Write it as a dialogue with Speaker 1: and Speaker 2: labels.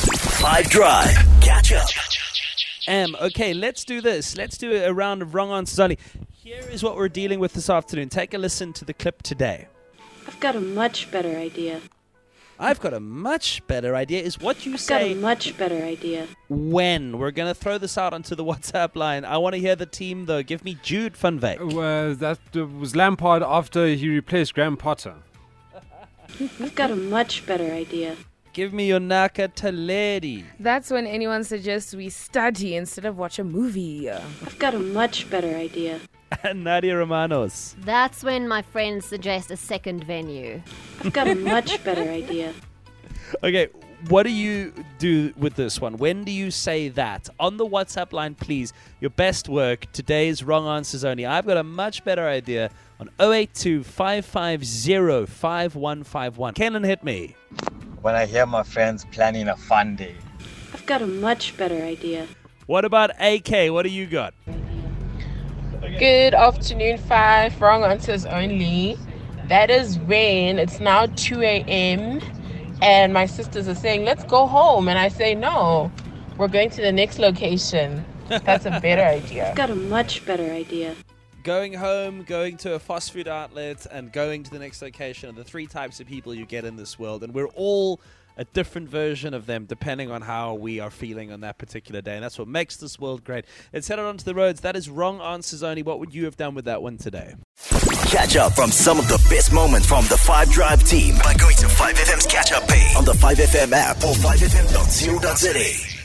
Speaker 1: Five Drive. Catch up.
Speaker 2: Um, okay, let's do this. Let's do a round of wrong answers only. Here is what we're dealing with this afternoon. Take a listen to the clip today.
Speaker 3: I've got a much better idea.
Speaker 2: I've got a much better idea. Is what you
Speaker 3: I've got a
Speaker 2: say
Speaker 3: much better idea.
Speaker 2: when we're going to throw this out onto the WhatsApp line. I want to hear the team though. Give me Jude Van Vake.
Speaker 4: Well, that uh, was Lampard after he replaced Graham Potter.
Speaker 3: I've got a much better idea.
Speaker 2: Give me your Naka Taledi.
Speaker 5: That's when anyone suggests we study instead of watch a movie.
Speaker 3: I've got a much better idea.
Speaker 2: and Nadia Romanos.
Speaker 6: That's when my friends suggest a second venue.
Speaker 3: I've got a much better idea.
Speaker 2: Okay, what do you do with this one? When do you say that? On the WhatsApp line, please. Your best work. Today's wrong answers only. I've got a much better idea on 082 550 5151. Kenan, hit me.
Speaker 7: when I hear my friends planning a fun day.
Speaker 3: I've got a much better idea.
Speaker 2: What about AK? What do you got?
Speaker 8: Good afternoon, five wrong answers only. That is when it's now 2 a.m. and my sisters are saying, Let's go home. And I say, No, we're going to the next location. That's a better idea.
Speaker 3: I've got a much better idea.
Speaker 2: Going home, going to a fast food outlet, and going to the next location are the three types of people you get in this world. And we're all a different version of them depending on how we are feeling on that particular day. And that's what makes this world great. Let's head on onto the roads. That is wrong answers only. What would you have done with that one today?
Speaker 1: Catch up from some of the best moments from the Five Drive team by going to 5FM's catch up page on the 5FM app or 5FM.co.za.